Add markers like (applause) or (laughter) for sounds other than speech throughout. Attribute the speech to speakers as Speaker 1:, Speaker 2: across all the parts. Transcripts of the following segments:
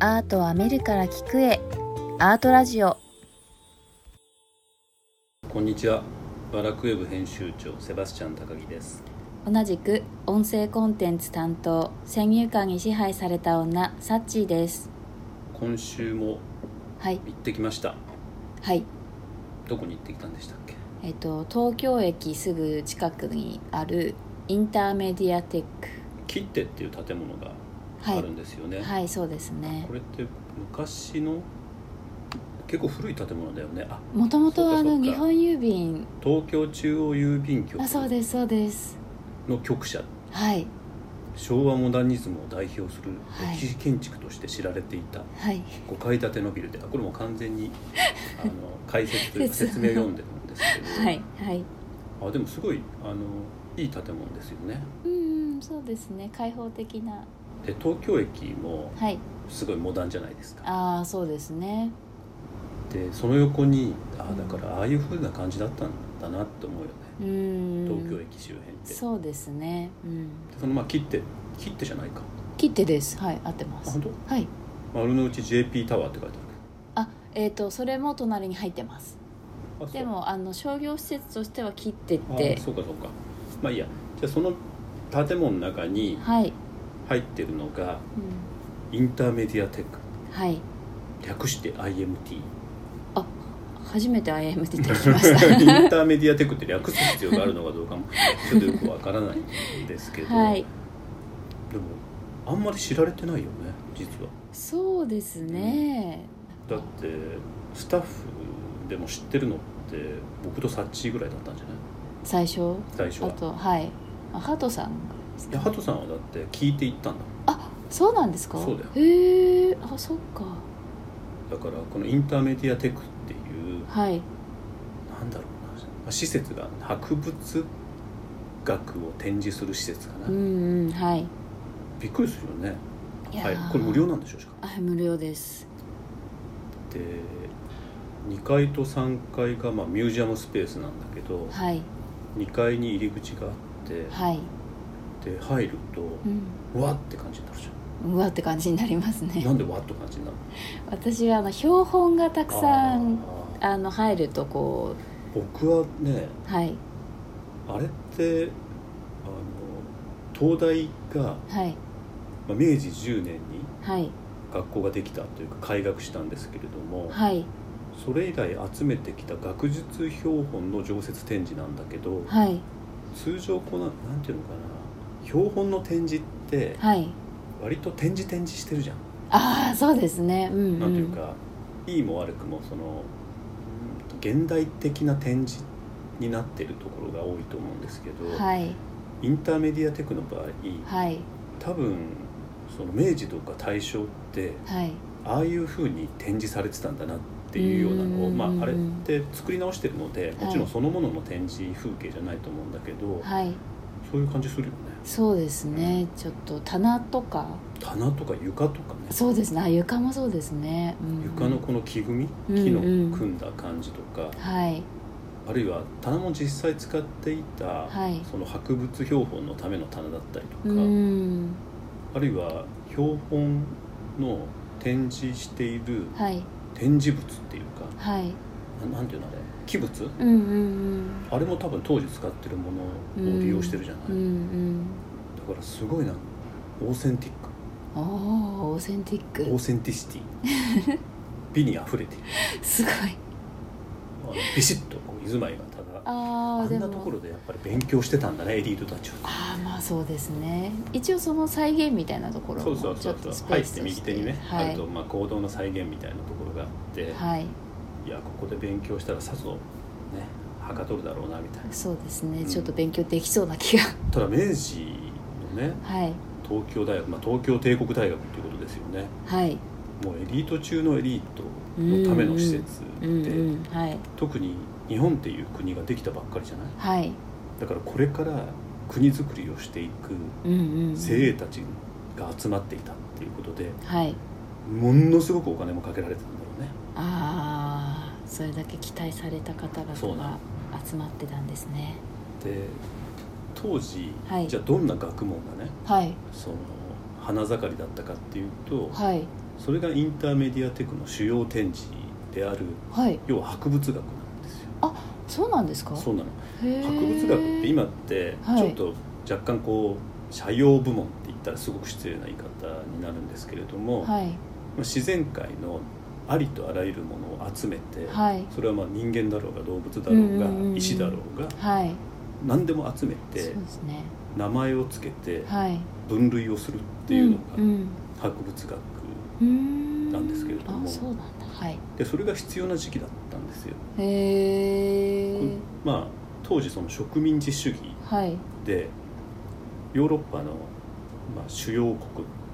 Speaker 1: アートはメルから聞くへアートラジオ
Speaker 2: こんにちは。バラクウェブ編集長セバスチャン高木です。
Speaker 1: 同じく音声コンテンツ担当先入観に支配された女サッチーです
Speaker 2: 今週も
Speaker 1: はい
Speaker 2: 行ってきました。
Speaker 1: はい
Speaker 2: どこに行ってきたんでしたっけ？
Speaker 1: えっと東京駅すぐ近くにあるインターメディアテック
Speaker 2: 切手っていう建物が
Speaker 1: は
Speaker 2: あるん
Speaker 1: い
Speaker 2: ですよね。
Speaker 1: はいそうですね
Speaker 2: これって昔の結構古い建物だよね。あ、
Speaker 1: もともとあ
Speaker 2: そ
Speaker 1: の
Speaker 2: うかそうか
Speaker 1: 日本郵便
Speaker 2: 東京中央郵便局
Speaker 1: あそうですそうです
Speaker 2: の局舎。
Speaker 1: はい
Speaker 2: 昭和モダニズムを代表する
Speaker 1: はい
Speaker 2: 歴史建築として知られていた
Speaker 1: はい
Speaker 2: 5階建てのビルで、あこれも完全にあの解説というか
Speaker 1: (laughs) 説
Speaker 2: 説
Speaker 1: 明
Speaker 2: 明を読んでるんですけ
Speaker 1: (laughs)
Speaker 2: ど、
Speaker 1: はいはい
Speaker 2: あでもすごいあのいい建物ですよね。
Speaker 1: うんうんそうですね開放的な
Speaker 2: で東京駅も
Speaker 1: はい
Speaker 2: すごいモダンじゃないですか
Speaker 1: ああそうですね
Speaker 2: でその横にああだからああいう風な感じだったんだなって思うよね
Speaker 1: うん
Speaker 2: 東京駅周辺って、
Speaker 1: そうですねうん
Speaker 2: でそのまあ切って切ってじゃないか
Speaker 1: 切手ですはい合ってま
Speaker 2: あ
Speaker 1: す
Speaker 2: 本当
Speaker 1: はい
Speaker 2: 丸の内 JP タワーって書いてあ
Speaker 1: あえっ、とそれも隣に入ってます
Speaker 2: るあそう
Speaker 1: でもあの商業施設としては切手っ
Speaker 2: あ
Speaker 1: て
Speaker 2: そうかそうかまあいいやじゃあその建物の中に
Speaker 1: はい、
Speaker 2: 入ってるのが
Speaker 1: うん、
Speaker 2: インターメディアテック
Speaker 1: はい
Speaker 2: 略して IMT
Speaker 1: あ初めて IM 出てきま
Speaker 2: (laughs)
Speaker 1: した
Speaker 2: インターメディアテックって略す必要があるのかどうかもちょっとよくわからないんですけど、
Speaker 1: はい
Speaker 2: でもあんまり知られてないよね実は
Speaker 1: そうですね、
Speaker 2: だってスタッフでも知ってるのって僕とサッチーぐらいだったんじゃない
Speaker 1: 最初
Speaker 2: 最初
Speaker 1: あ
Speaker 2: は
Speaker 1: とはいあハトさんです
Speaker 2: いや
Speaker 1: か
Speaker 2: ハトさんはだって聞いていったんだ
Speaker 1: あそうなんですか
Speaker 2: そうだよ
Speaker 1: へえあそっか
Speaker 2: だからこのインターメディアテックっていう
Speaker 1: はい
Speaker 2: なんだろうなまあ施設が博物学を展示する施設かな、
Speaker 1: うんうんはい
Speaker 2: びっくりするよね
Speaker 1: いや
Speaker 2: は
Speaker 1: ー
Speaker 2: いこれ無料なんでしょしかも
Speaker 1: はい無料です
Speaker 2: で2階と3階がまあミュージアムスペースなんだけど
Speaker 1: はい
Speaker 2: 2階に入り口があっ
Speaker 1: はい、
Speaker 2: てで入ると
Speaker 1: うん、
Speaker 2: うわって感じになるじ
Speaker 1: うわって感じになります
Speaker 2: ゃんな
Speaker 1: ね
Speaker 2: んでわっと感じになる
Speaker 1: 私はあの標本がたくさん
Speaker 2: あー
Speaker 1: あの入るとこ
Speaker 2: 僕はね
Speaker 1: うはい
Speaker 2: あれってあの東大が、
Speaker 1: はい
Speaker 2: まあ、明治10年に
Speaker 1: はい
Speaker 2: 学校ができたというか開学したんですけれども、
Speaker 1: はい
Speaker 2: それ以来集めてきた学術標本の常設展示なんだけど
Speaker 1: はい
Speaker 2: 通常こうななんていうのかな標本の展示って
Speaker 1: はい
Speaker 2: 割と展示展示してるじゃん、
Speaker 1: ああそうですねうん、うん、
Speaker 2: なんていうかいいも悪くもそのうんと現代的な展示になってるところが多いと思うんですけど、
Speaker 1: はい
Speaker 2: インターメディアテクの場合
Speaker 1: はい
Speaker 2: 多分その明治とか大正って
Speaker 1: はい
Speaker 2: ああいうふうに展示されてたんだなっていうようなの
Speaker 1: う
Speaker 2: を、
Speaker 1: んうん
Speaker 2: ま
Speaker 1: うん
Speaker 2: あ、あれって作り直してるのでもちろんそのものの展示風景じゃないと思うんだけど、
Speaker 1: はい
Speaker 2: そういう感じするよね
Speaker 1: そうですねちょっと棚とか
Speaker 2: 棚とか床とかね
Speaker 1: そうですねあ床もそうですね、うん、
Speaker 2: 床のこの木組
Speaker 1: う
Speaker 2: み
Speaker 1: んうん
Speaker 2: 木の組んだ感じとか、
Speaker 1: はい
Speaker 2: あるいは棚も実際使っていた、
Speaker 1: はい
Speaker 2: その博物標本のための棚だったりとか、
Speaker 1: うん
Speaker 2: あるいは標本の展示している
Speaker 1: はい
Speaker 2: 展示物っていうか
Speaker 1: はい
Speaker 2: ななんていうのあれ器物
Speaker 1: うんうん
Speaker 2: あれも多分当時使ってるものを利用してるじゃない、
Speaker 1: うんうん
Speaker 2: だからすごいなオーセンティッ
Speaker 1: うんおおオーセンティッ
Speaker 2: クオー
Speaker 1: ク
Speaker 2: センティシティ
Speaker 1: (laughs)
Speaker 2: 美にあふれている
Speaker 1: すごい
Speaker 2: あのビシッとこう渦巻いがただ
Speaker 1: あ
Speaker 2: あ
Speaker 1: あで
Speaker 2: んなとこ
Speaker 1: も
Speaker 2: ろでやっぱり勉強してたんだねエリートたちは
Speaker 1: ああまあそうですね一応その再現みたいなところ
Speaker 2: そう
Speaker 1: も
Speaker 2: そう
Speaker 1: ち
Speaker 2: そ
Speaker 1: ょ
Speaker 2: う
Speaker 1: っ
Speaker 2: そ
Speaker 1: と
Speaker 2: う
Speaker 1: スペ
Speaker 2: 入
Speaker 1: ー
Speaker 2: っ
Speaker 1: ス
Speaker 2: て
Speaker 1: とし
Speaker 2: 右
Speaker 1: て
Speaker 2: 手にね、
Speaker 1: は
Speaker 2: あ
Speaker 1: い
Speaker 2: とまあ行動の再現みたいなところがあって、
Speaker 1: はい
Speaker 2: い、やここで勉強したらさぞねはかどるだろうなみたいな
Speaker 1: そうですね、
Speaker 2: うん
Speaker 1: ちょっと勉強できそうな気が
Speaker 2: ただ明治のね
Speaker 1: はい
Speaker 2: 東京大学、まあ、東京帝国大学っていうことですよね
Speaker 1: はい
Speaker 2: もうエリート中のエリートのための施設
Speaker 1: う
Speaker 2: で、
Speaker 1: んうんはい
Speaker 2: 特に日本っていう国ができたばっかりじゃない
Speaker 1: はい
Speaker 2: だからこれから国づくりをしてい
Speaker 1: う
Speaker 2: く
Speaker 1: んうん
Speaker 2: 精鋭たちが集まっていたっていうことで
Speaker 1: はい
Speaker 2: ものすごくお金もかけられてたんだろうね
Speaker 1: ああそれだけ期待された方
Speaker 2: そ
Speaker 1: 々
Speaker 2: うな
Speaker 1: が
Speaker 2: の
Speaker 1: 集まってたんですね
Speaker 2: で当時、
Speaker 1: はい
Speaker 2: じゃあどんな学問がね
Speaker 1: はい
Speaker 2: その花盛りだったかっていうと
Speaker 1: はい
Speaker 2: それがインターメディアテクの主要展示である
Speaker 1: はい
Speaker 2: 要は博物学なんですよ
Speaker 1: そうなんですか
Speaker 2: そうなの
Speaker 1: へー
Speaker 2: 博物学って今って
Speaker 1: はい
Speaker 2: ちょっと若干こう社用部門って言ったらすごく失礼な言い方になるんですけれども、ま
Speaker 1: はい
Speaker 2: あ自然界のありとあらゆるものを集めて、
Speaker 1: はい
Speaker 2: それはまあ人間だろうが動物だろうが
Speaker 1: うんうんうん
Speaker 2: 石だろうが
Speaker 1: はい
Speaker 2: 何でも集め
Speaker 1: そう
Speaker 2: て
Speaker 1: ですね
Speaker 2: 名前をつけて
Speaker 1: はいっ
Speaker 2: 分類をするっていうのが
Speaker 1: うん
Speaker 2: 博物学
Speaker 1: うんうーん
Speaker 2: なんですけれども
Speaker 1: あそうなんだはい
Speaker 2: でそれが必要な時期だったんですよ。
Speaker 1: へえ
Speaker 2: まあ当時その植民地主義
Speaker 1: はい
Speaker 2: でヨーロッパの、まあ、主要国っ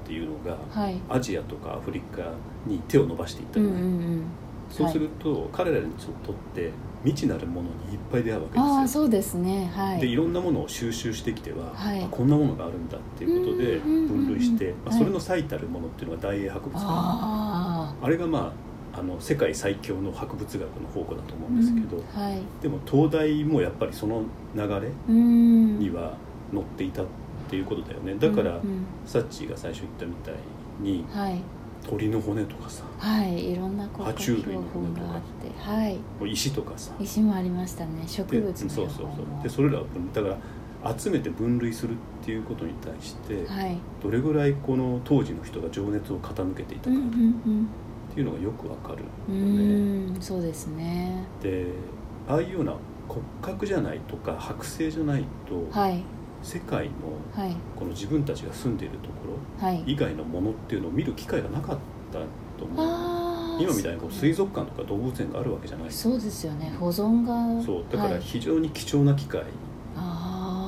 Speaker 2: ていうのが
Speaker 1: はい
Speaker 2: アジアとかアフリカに手を伸ばしていった
Speaker 1: うん
Speaker 2: の
Speaker 1: う
Speaker 2: ね、
Speaker 1: んうん
Speaker 2: そうすると、彼らにとって未知なるものにいっぱい出会うわけですよ
Speaker 1: ああそうですねはい
Speaker 2: でいろんなものを収集してきては、
Speaker 1: はい
Speaker 2: あこんなものがあるんだっていうことで
Speaker 1: うんうんうんうん
Speaker 2: 分類して、まあ、
Speaker 1: はい
Speaker 2: それの最たるものっていうのが大英博物館あ
Speaker 1: あ
Speaker 2: れがまああの世界最強の博物学の宝庫だと思
Speaker 1: あ
Speaker 2: うんですけど、
Speaker 1: うんはい
Speaker 2: でも東大もやっぱりその流れ
Speaker 1: うん
Speaker 2: には乗っていたっていうことだよねだから、
Speaker 1: うんうん
Speaker 2: サッチーが最初言ったみたいに
Speaker 1: はい
Speaker 2: 鳥の骨とかさ
Speaker 1: はいいろんなこう
Speaker 2: 爬虫類のものとか
Speaker 1: があってはい
Speaker 2: もう石とかさ
Speaker 1: 石もありましたね植
Speaker 2: で
Speaker 1: 物の
Speaker 2: そうそうそう
Speaker 1: 標本も
Speaker 2: でそれらを分だから集めて分類するっていうことに対して
Speaker 1: はい
Speaker 2: どれぐらいこの当時の人が情熱を傾けていた
Speaker 1: うん
Speaker 2: か
Speaker 1: う
Speaker 2: っ
Speaker 1: ん
Speaker 2: ていうのがよくわかる
Speaker 1: う
Speaker 2: よね。
Speaker 1: んうーんそうですね
Speaker 2: でああいうような骨格じゃないとか剥製じゃないと
Speaker 1: はい
Speaker 2: 世界の
Speaker 1: はい
Speaker 2: この自分たちが住んでいるところ
Speaker 1: はい
Speaker 2: 以外のものっていうのを見る機会がなかったと思う
Speaker 1: あー
Speaker 2: 今みたいにこう水族館とか動物園があるわけじゃない
Speaker 1: そうですよね保存が
Speaker 2: そうだから
Speaker 1: はい
Speaker 2: 非常に貴重な機会、
Speaker 1: あ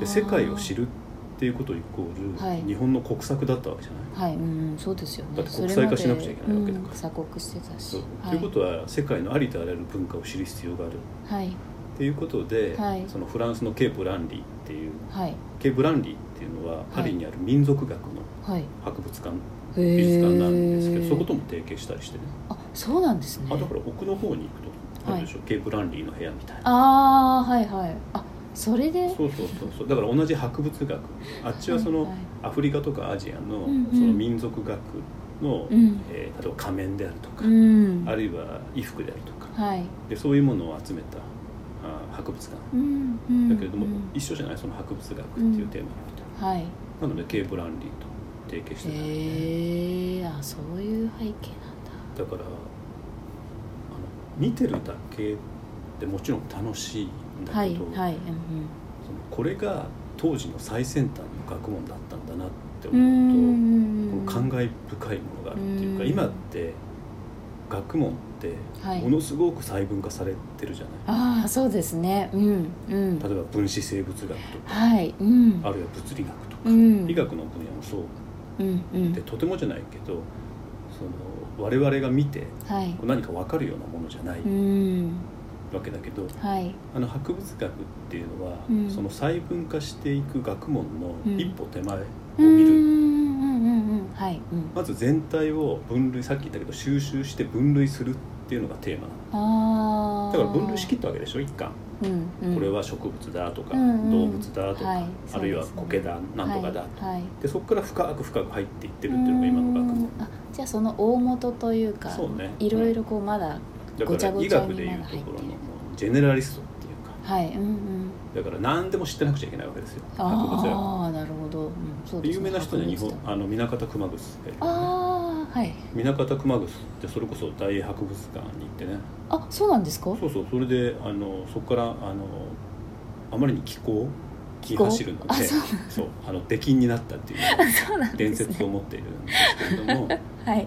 Speaker 2: で世界を知
Speaker 1: る
Speaker 2: るっていうことイコール、
Speaker 1: はい
Speaker 2: 日本の国策だったわけじゃな
Speaker 1: は
Speaker 2: い。
Speaker 1: いうんうんそうですよね
Speaker 2: だって国際化しなくちゃいけないわけだから
Speaker 1: それまでうん鎖国してたし
Speaker 2: そうということは世界のありとあらゆる文化を知る必要がある
Speaker 1: はい
Speaker 2: っていうことで、
Speaker 1: はい
Speaker 2: そのフランスのケープランリーっていう
Speaker 1: はい
Speaker 2: ケープランリーっていうのはパリにある民族学の
Speaker 1: はい
Speaker 2: 博物館、
Speaker 1: へ
Speaker 2: 美術館
Speaker 1: ー
Speaker 2: なんですけどそことも提携したりしてね
Speaker 1: あそうなんですね
Speaker 2: あだから奥の方に行くとあるでしょ、ケープランリーの部屋みたいな
Speaker 1: ああはいはいあそれで
Speaker 2: そうそうそうそうだから同じ博物学あっちはその、
Speaker 1: はいはい
Speaker 2: アフリカとかアジアの,、
Speaker 1: うんうん
Speaker 2: その民族学の、
Speaker 1: うん
Speaker 2: えー例えば仮面であるとか、
Speaker 1: うん
Speaker 2: あるいは衣服であるとか
Speaker 1: はい
Speaker 2: でそういうものを集めたあー博物館
Speaker 1: うんうん
Speaker 2: だけれども、
Speaker 1: うん
Speaker 2: 一緒じゃないその博物学っていうテーマの人、
Speaker 1: はい
Speaker 2: なのでケーブランリーと提携してたんで、
Speaker 1: へえあそういう背景なんだ
Speaker 2: だからあの見てるだけでもちろん楽しいんだ
Speaker 1: はい
Speaker 2: けど、
Speaker 1: はい
Speaker 2: そのこれが当時の最先端の学問だったんだなって
Speaker 1: う
Speaker 2: 思うと、
Speaker 1: んうん
Speaker 2: この感慨深いものがあるっていうか、
Speaker 1: うん
Speaker 2: 今って学問って
Speaker 1: はい
Speaker 2: ものすごく細分化されてるじゃない、
Speaker 1: ああそうですねうんうん
Speaker 2: 例えば分子生物学とか
Speaker 1: はいうん
Speaker 2: あるいは物理学とか、
Speaker 1: うん
Speaker 2: 医学の分野もそう
Speaker 1: うんう
Speaker 2: で
Speaker 1: ん
Speaker 2: とてもじゃないけどその我々が見て
Speaker 1: はい
Speaker 2: 何か分かるようなものじゃない
Speaker 1: うん
Speaker 2: わけだけど、
Speaker 1: はい
Speaker 2: あの博物学っていうのは、
Speaker 1: うん
Speaker 2: その細分化していく学問の
Speaker 1: うん
Speaker 2: 一歩手前を
Speaker 1: う
Speaker 2: 見
Speaker 1: んうんうん
Speaker 2: る、
Speaker 1: うんはいうん
Speaker 2: まず全体を分類さっき言ったけど収集して分類するっていうのがテーマなの
Speaker 1: ああ
Speaker 2: だから分類しきったわけでしょ一貫、
Speaker 1: うんうん
Speaker 2: これは植物だとか、
Speaker 1: うんうん
Speaker 2: 動物だとか、
Speaker 1: はい
Speaker 2: あるいは
Speaker 1: そうですね
Speaker 2: 苔だ、なんとかだ、
Speaker 1: はいはい
Speaker 2: でそこから深く深く入っていってるっていうのが今の学
Speaker 1: う
Speaker 2: 問
Speaker 1: んあじゃあその大元というか
Speaker 2: そうね
Speaker 1: いろいろこうまだ
Speaker 2: だ
Speaker 1: ごちゃ
Speaker 2: から
Speaker 1: ご
Speaker 2: 医
Speaker 1: ちゃに
Speaker 2: 学でいう
Speaker 1: まだ入
Speaker 2: と
Speaker 1: ってる
Speaker 2: ころのジェネラリストっていうか
Speaker 1: はいうんうん
Speaker 2: だから何でも知ってなくちゃいけないわけですよ博物学
Speaker 1: ああなるほど、うん、そうです
Speaker 2: 有名な人には日本
Speaker 1: 博物館
Speaker 2: あの南方熊楠がいるよね
Speaker 1: ああはい
Speaker 2: 南方熊楠ってそれこそ大英博物館に行ってね
Speaker 1: あそうなんですか
Speaker 2: そうそうそれであのそこからあのあまりに気候気
Speaker 1: 候
Speaker 2: 走るので
Speaker 1: あそう
Speaker 2: そうあの出禁になったっていう
Speaker 1: (laughs) そうなん
Speaker 2: 伝
Speaker 1: ですね
Speaker 2: 説を持っているんですけれど
Speaker 1: (laughs)
Speaker 2: もあの
Speaker 1: はい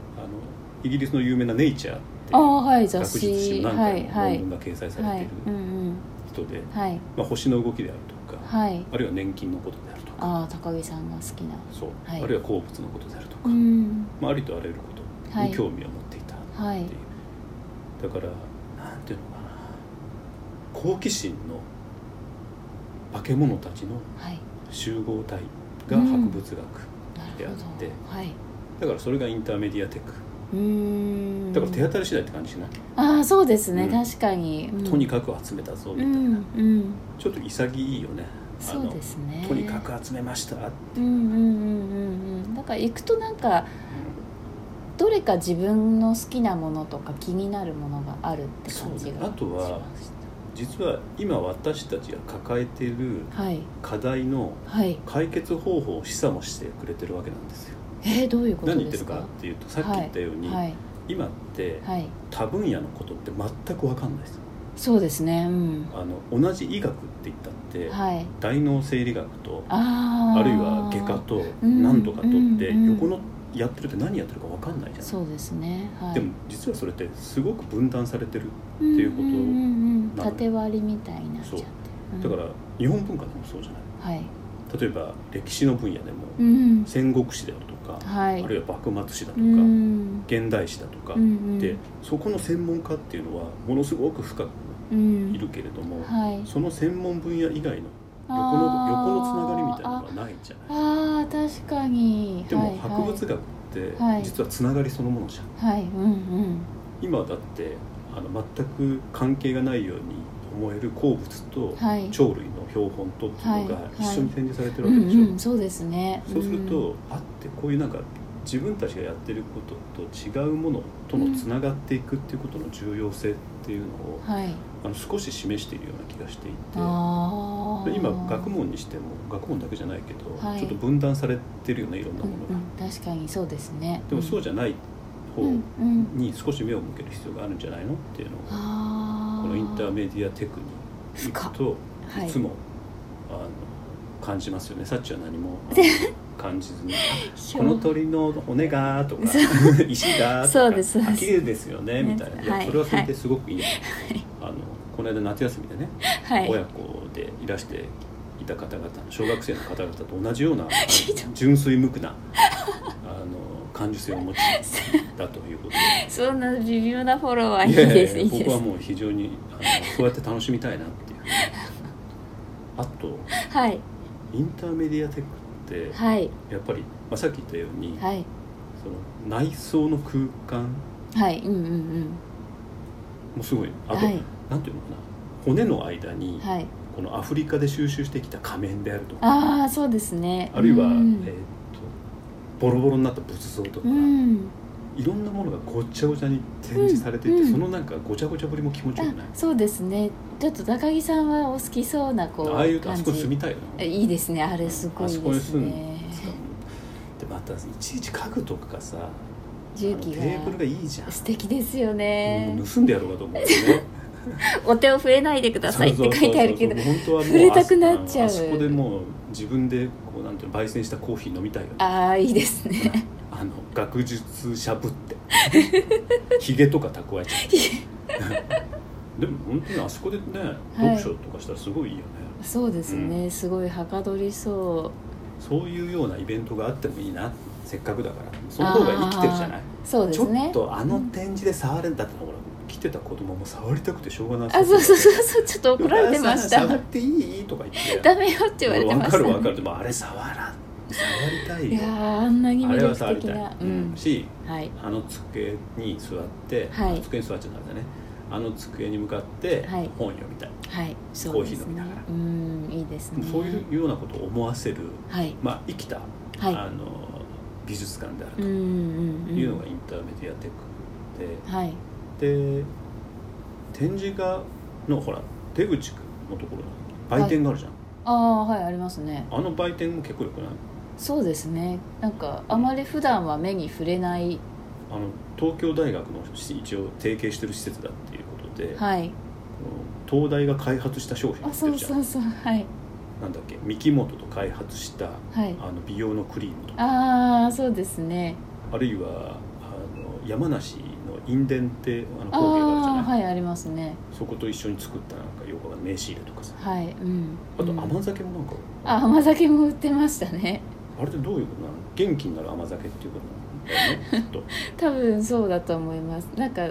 Speaker 2: イギリスの有名な「ネイチャー」って
Speaker 1: あ
Speaker 2: いう
Speaker 1: あはい雑
Speaker 2: 学術誌
Speaker 1: 誌
Speaker 2: の何
Speaker 1: はい
Speaker 2: 回も
Speaker 1: はい
Speaker 2: 論文が掲載さ
Speaker 1: は
Speaker 2: れて
Speaker 1: い
Speaker 2: いる
Speaker 1: うんうん
Speaker 2: 人で、
Speaker 1: はい
Speaker 2: まあ、星の動きであるとか、
Speaker 1: はい
Speaker 2: あるいは年金のことであるとか
Speaker 1: ああ高木さんが好きな
Speaker 2: そう、
Speaker 1: はい
Speaker 2: あるいは鉱物のことであると
Speaker 1: う
Speaker 2: か、
Speaker 1: ん
Speaker 2: まあ、ありとあらゆること
Speaker 1: は
Speaker 2: に
Speaker 1: い
Speaker 2: 興味を持っていたっ
Speaker 1: はい
Speaker 2: ていう、だからなんていうのかな好奇心の化け物たちの
Speaker 1: はい
Speaker 2: 集合体が博物学、
Speaker 1: な
Speaker 2: で
Speaker 1: る
Speaker 2: あ
Speaker 1: ほ
Speaker 2: って
Speaker 1: どはい
Speaker 2: だからそれがインターメディアテック
Speaker 1: うーん
Speaker 2: だから手当たり次第って感じしない、
Speaker 1: ああそうですね、
Speaker 2: うん
Speaker 1: 確かに、うん
Speaker 2: とにかく集めたぞ
Speaker 1: う
Speaker 2: みたいな、
Speaker 1: んうん
Speaker 2: ちょっと潔いよねあ
Speaker 1: そう
Speaker 2: の
Speaker 1: ですね
Speaker 2: とにかく集めました、うん
Speaker 1: うんうんうんうんうんだから行くとなんかどれか自分の好きなものとか気になるものがあるって感じがし
Speaker 2: そうあとは
Speaker 1: まし
Speaker 2: 実は今私たちが抱えている
Speaker 1: たはい
Speaker 2: 課題の
Speaker 1: はい
Speaker 2: 解決方法を示唆もしてくれてるわけなんですよ
Speaker 1: えー、どういうこと
Speaker 2: 何言っ
Speaker 1: で
Speaker 2: て
Speaker 1: す
Speaker 2: るか
Speaker 1: か
Speaker 2: っていうとさっき言ったように、
Speaker 1: はい
Speaker 2: 今って
Speaker 1: はい
Speaker 2: 他分野のことって全く分かんないです
Speaker 1: そうですねうん
Speaker 2: あの同じ医学って言ったって、
Speaker 1: はい
Speaker 2: 大脳生理学と
Speaker 1: あ
Speaker 2: あ
Speaker 1: ー
Speaker 2: るいは外科と
Speaker 1: うん
Speaker 2: 何とかとって
Speaker 1: うん
Speaker 2: 横のやってるって何やってるか分かんないじゃない、
Speaker 1: そうですねはい
Speaker 2: でも実はそれってすごく分断されてる
Speaker 1: って
Speaker 2: いうこと
Speaker 1: んうんうん
Speaker 2: なの
Speaker 1: 縦割りみたいになっちゃって
Speaker 2: そう
Speaker 1: うん
Speaker 2: だから日本文化でもそうじゃない
Speaker 1: はい
Speaker 2: 例えば歴史の分野でも
Speaker 1: うん
Speaker 2: 戦国史であるとか、
Speaker 1: はい
Speaker 2: あるいは幕末史だと
Speaker 1: う
Speaker 2: か、
Speaker 1: ん
Speaker 2: 現代史だとか、
Speaker 1: うん
Speaker 2: でそこの専門家っていうのはものすごく深く
Speaker 1: うん
Speaker 2: いるけれども、
Speaker 1: はい
Speaker 2: その専門分野以外の横の
Speaker 1: あー
Speaker 2: 横のつながりみたいなのはないんじゃな
Speaker 1: あ
Speaker 2: い
Speaker 1: あ確かに
Speaker 2: でも
Speaker 1: はいはい
Speaker 2: 博物学って
Speaker 1: はい
Speaker 2: 実はつながりそのものじゃん、
Speaker 1: はいうん
Speaker 2: 今だってあの全く関係がないように思える鉱物と
Speaker 1: うんはい
Speaker 2: 鳥類の標本とっていうの
Speaker 1: は
Speaker 2: が
Speaker 1: い
Speaker 2: 一緒に展示されてる
Speaker 1: う
Speaker 2: わけでしょ、
Speaker 1: んうんそうですね
Speaker 2: そうする
Speaker 1: うん
Speaker 2: と、あってこういうなんか自分たちがやってることと違うものとのつながっていくっていうことの重要性っていうのを、
Speaker 1: はい
Speaker 2: あの少し示しているような気がしていて
Speaker 1: あー
Speaker 2: で今学問にしても学問だけじゃないけど、
Speaker 1: はい
Speaker 2: ちょっと分断されてるよねいろんなものが、
Speaker 1: うんうん確かにそうですね
Speaker 2: でもそう
Speaker 1: じ
Speaker 2: じゃない
Speaker 1: ゃ
Speaker 2: 方
Speaker 1: うんうん
Speaker 2: に少し目を向ける必要があるんじゃないのっていうのを
Speaker 1: あ
Speaker 2: このインター
Speaker 1: ネ
Speaker 2: メディアテクに行くと
Speaker 1: はい
Speaker 2: つも、あの感じますよねさっちは何もあの感じず
Speaker 1: (laughs)
Speaker 2: に「この鳥の骨が」とか「石が」とか
Speaker 1: そうですそうです
Speaker 2: あ綺麗ですよね」みたいな、いや
Speaker 1: はい
Speaker 2: それはそれですごくいい、あのこの間夏休みでね、
Speaker 1: はい
Speaker 2: 親子でいらしていた方々小学生の方々と同じようなあの
Speaker 1: (laughs) ひど
Speaker 2: 純粋無垢なあの感受性をお持ちだということで。
Speaker 1: そんな微妙なフォローはいいい
Speaker 2: やいやい
Speaker 1: で
Speaker 2: や
Speaker 1: すいいで
Speaker 2: 僕は
Speaker 1: す
Speaker 2: もう非常にあのそうやって楽しみたいなっていうあと
Speaker 1: はい
Speaker 2: インターメディアテックって
Speaker 1: はい
Speaker 2: やっぱり、まあ、さっき言ったように、
Speaker 1: はい
Speaker 2: その内装の空間
Speaker 1: はいうんうんうん
Speaker 2: もすごいあと、
Speaker 1: はい
Speaker 2: なんていうのかな骨の間に、
Speaker 1: はい
Speaker 2: このアフリカで収集してきた仮面であるとか
Speaker 1: ああそうですね
Speaker 2: あるいは、
Speaker 1: う
Speaker 2: えー
Speaker 1: ん
Speaker 2: っとボロボロになった仏像とか、
Speaker 1: うん
Speaker 2: いろんなものがごちゃごちゃに展示されていて、
Speaker 1: うんうん
Speaker 2: そのなんかごちゃごちゃぶりも気持ちよくない
Speaker 1: あそうですねちょっと高木さんはお好きそうなこう
Speaker 2: ああいうあ
Speaker 1: 感
Speaker 2: そ
Speaker 1: じ
Speaker 2: こに住みたいよね
Speaker 1: えいいですねあれすごい
Speaker 2: あそこ
Speaker 1: で
Speaker 2: に
Speaker 1: す
Speaker 2: 住んで
Speaker 1: ね
Speaker 2: でまたいちいち家具とかがさ
Speaker 1: 重
Speaker 2: あの
Speaker 1: 機
Speaker 2: テーブル
Speaker 1: が
Speaker 2: がいいじゃん、
Speaker 1: 素敵ですよね
Speaker 2: もう盗んでやろうかと思うよね
Speaker 1: お手を触れないでくださいって書いてあるけど
Speaker 2: そうそうそう本当はもう
Speaker 1: 触れたくなっちゃう
Speaker 2: あそこでもう自分でこうなんていうの焙煎したコーヒー飲みたいよね
Speaker 1: ああいいですね
Speaker 2: あの学術しゃぶって (laughs) ひげとか蓄えちゃうでも本当にあそこでね読書とかしたらすごいいいよね、
Speaker 1: (laughs) そうですね、すごいはかどりそ
Speaker 2: そういうようなイベントがあってもいいなせっかくだからその方が生きてるじゃない、
Speaker 1: うそうで
Speaker 2: ちょ
Speaker 1: す
Speaker 2: っ
Speaker 1: ね
Speaker 2: とあの展示で触れんだったらほら来てた子供も触りたくてしょうがない
Speaker 1: あそうそうそうそうちょっと怒られてまし
Speaker 2: (laughs) お母さん触ったていいとか言って
Speaker 1: ダメよって言われてました
Speaker 2: わかるわかるでもあれ触ら触りたい
Speaker 1: い
Speaker 2: よ
Speaker 1: やーあんなに
Speaker 2: あ
Speaker 1: 魅
Speaker 2: れは触
Speaker 1: 力
Speaker 2: り
Speaker 1: 的
Speaker 2: たい、
Speaker 1: なうん
Speaker 2: し
Speaker 1: はい
Speaker 2: あの机に座って、
Speaker 1: はい
Speaker 2: あ机に座っちゃダメだねあの机に向かって
Speaker 1: はい
Speaker 2: 本読みたい、
Speaker 1: はいそ
Speaker 2: コー
Speaker 1: うで
Speaker 2: ヒー
Speaker 1: す
Speaker 2: 飲み
Speaker 1: ね
Speaker 2: ながら
Speaker 1: うんいいですね
Speaker 2: そういうようなことを思わせる
Speaker 1: はい
Speaker 2: まあ生きた、
Speaker 1: は
Speaker 2: あの美術館である
Speaker 1: いうんうん
Speaker 2: と
Speaker 1: うん
Speaker 2: いうのがインターメディアテックで、
Speaker 1: はい
Speaker 2: で展示がのほら出口のところに売店があるじゃん、
Speaker 1: ああはいありますね
Speaker 2: あの売店も結構よくない
Speaker 1: そうですねなんかあまり普段は目に触れない
Speaker 2: あの東京大学のし一応提携してる施設だっていうことで、
Speaker 1: はい
Speaker 2: この東大が開発した商品
Speaker 1: あ
Speaker 2: 売って
Speaker 1: そ
Speaker 2: る
Speaker 1: う
Speaker 2: じゃん
Speaker 1: そうそうはい
Speaker 2: なんだっけ三木本と開発した
Speaker 1: はい
Speaker 2: あの美容のクリームとか
Speaker 1: ああそうですね
Speaker 2: あるいはあの山梨の印伝ってあの
Speaker 1: あ
Speaker 2: 工芸があるじゃな
Speaker 1: あ
Speaker 2: い、
Speaker 1: はいありますね
Speaker 2: そこと一緒に作ったなんかよくわかんない名刺入れとかさ
Speaker 1: はいうん
Speaker 2: あと
Speaker 1: うん
Speaker 2: 甘酒もなんか、
Speaker 1: あ甘酒も売ってましたね
Speaker 2: あれってどういうことなの元気になる甘酒っていうことなのだよねきっと
Speaker 1: 多分そうだと思いますなんか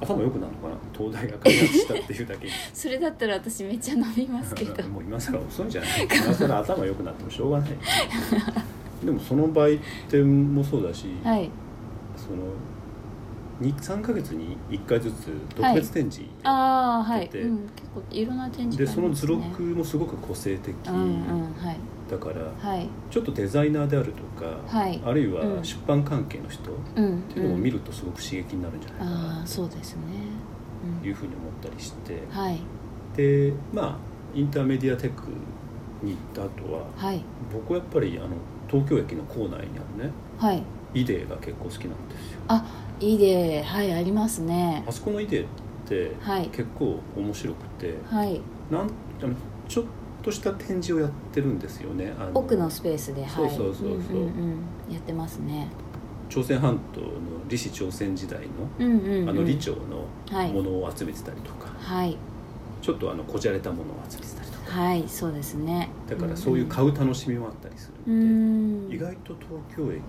Speaker 2: 頭良くなるのかな東大が開発したっていうだけに
Speaker 1: それだったら私めっちゃ飲みますけ
Speaker 2: (laughs)
Speaker 1: ど
Speaker 2: もう今更遅いんじゃない今更頭良くなってもしょう
Speaker 1: (laughs)
Speaker 2: がないでもその売店もそうだし、
Speaker 1: はい
Speaker 2: その23か月に1回ずつ特別展示、
Speaker 1: ああは
Speaker 2: だ
Speaker 1: い、
Speaker 2: って
Speaker 1: うん、結構いろんな展示
Speaker 2: で
Speaker 1: 会あ
Speaker 2: そ
Speaker 1: り
Speaker 2: の
Speaker 1: ます
Speaker 2: 図
Speaker 1: ね
Speaker 2: 録もすごく個性的、
Speaker 1: うんうんはい
Speaker 2: だから
Speaker 1: はい
Speaker 2: ちょっとデザイナーであるとか、
Speaker 1: はい
Speaker 2: あるいは
Speaker 1: うん
Speaker 2: 出版関係の人っ
Speaker 1: うん
Speaker 2: ていうのを見
Speaker 1: る、
Speaker 2: るとすごく刺激になるんじゃない
Speaker 1: うん、
Speaker 2: か
Speaker 1: あ
Speaker 2: な
Speaker 1: あそうですね、
Speaker 2: というふうに思ったりして
Speaker 1: うん、はい
Speaker 2: でまあインターメディアテックに行った後は
Speaker 1: はい
Speaker 2: 僕はやっぱりあの東京駅の構内にあるね
Speaker 1: はい
Speaker 2: イデーが結構好きなんですよ
Speaker 1: いいではいありますね
Speaker 2: あそこのイデーって
Speaker 1: はい
Speaker 2: 結構面白くて
Speaker 1: はい
Speaker 2: なんあのちょっとした展示をやってるんですよねあの
Speaker 1: 奥のスペースではい
Speaker 2: そうそうそうそうん
Speaker 1: んうん、やってますね
Speaker 2: 朝鮮半島の李氏朝鮮時代の
Speaker 1: うんうん、うん、
Speaker 2: あの李朝の
Speaker 1: はい
Speaker 2: ものを集めてたりとか、
Speaker 1: はい
Speaker 2: ちょっとあのこじゃれたものを集めてたりとか
Speaker 1: はいそうですね
Speaker 2: だからそういう買う楽しみもあったりす
Speaker 1: う
Speaker 2: るんで、
Speaker 1: ん
Speaker 2: 意外と東京駅っ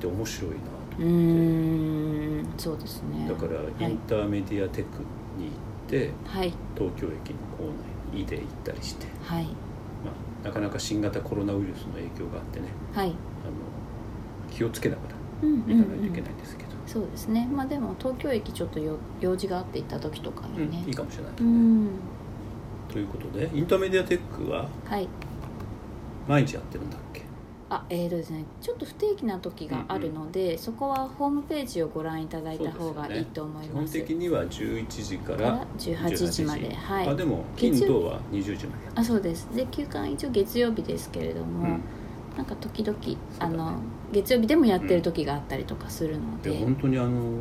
Speaker 2: て面白いな
Speaker 1: うーんそうですね
Speaker 2: と、だからインターメディアテックに行って、
Speaker 1: はい
Speaker 2: 東京駅の構内にいで行ったりして、
Speaker 1: はい
Speaker 2: まあ、なかなか新型コロナウイルスの影響があってね
Speaker 1: はい
Speaker 2: あの気をつけながら
Speaker 1: うんうん、う
Speaker 2: 行かないといけ
Speaker 1: ん
Speaker 2: ないんですけど、
Speaker 1: そうですねまあでも東京駅ちょっとよ用事があって行った時とか
Speaker 2: うん
Speaker 1: にね
Speaker 2: いいかもしれない、
Speaker 1: うん、
Speaker 2: ということでインターメディアテックは
Speaker 1: はい
Speaker 2: 毎日やってるんだっけ
Speaker 1: あえーとですね、ちょっと不定期な時があるので、そこはホームページをご覧いただいた方がいいと思い
Speaker 2: 基
Speaker 1: ま
Speaker 2: 本
Speaker 1: す
Speaker 2: 的には11時か
Speaker 1: からら18時まではい
Speaker 2: あでも金
Speaker 1: 月曜
Speaker 2: 土は20時までや
Speaker 1: あそうですで休館一応月曜日ですけれど
Speaker 2: う
Speaker 1: も、
Speaker 2: ん
Speaker 1: なんか時々、
Speaker 2: だ
Speaker 1: あ
Speaker 2: ね
Speaker 1: の月曜日でもやってる時があったりとかするので、
Speaker 2: で本当にあの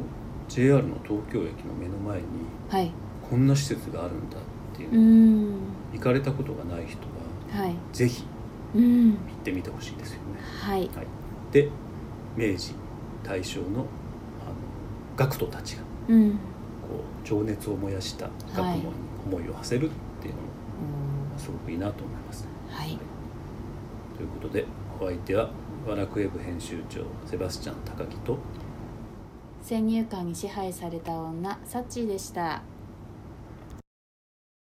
Speaker 2: JR の東京駅の目の前に
Speaker 1: はい
Speaker 2: こんな施設があるんだっていう
Speaker 1: う
Speaker 2: の、
Speaker 1: ん
Speaker 2: 行かれたことがない人は
Speaker 1: はい
Speaker 2: ぜひ
Speaker 1: うん
Speaker 2: 行ってみてほしいですよね
Speaker 1: はい
Speaker 2: で明治大正のあの学徒たちが
Speaker 1: うん
Speaker 2: こう情熱を燃やした学問に思いを馳せるっていうのもすごくいいなと思いますね、
Speaker 1: はい
Speaker 2: ということでお相手はワラクウェブ編集長セバスチャン高木と
Speaker 1: 先入観に支配された女サッチーでした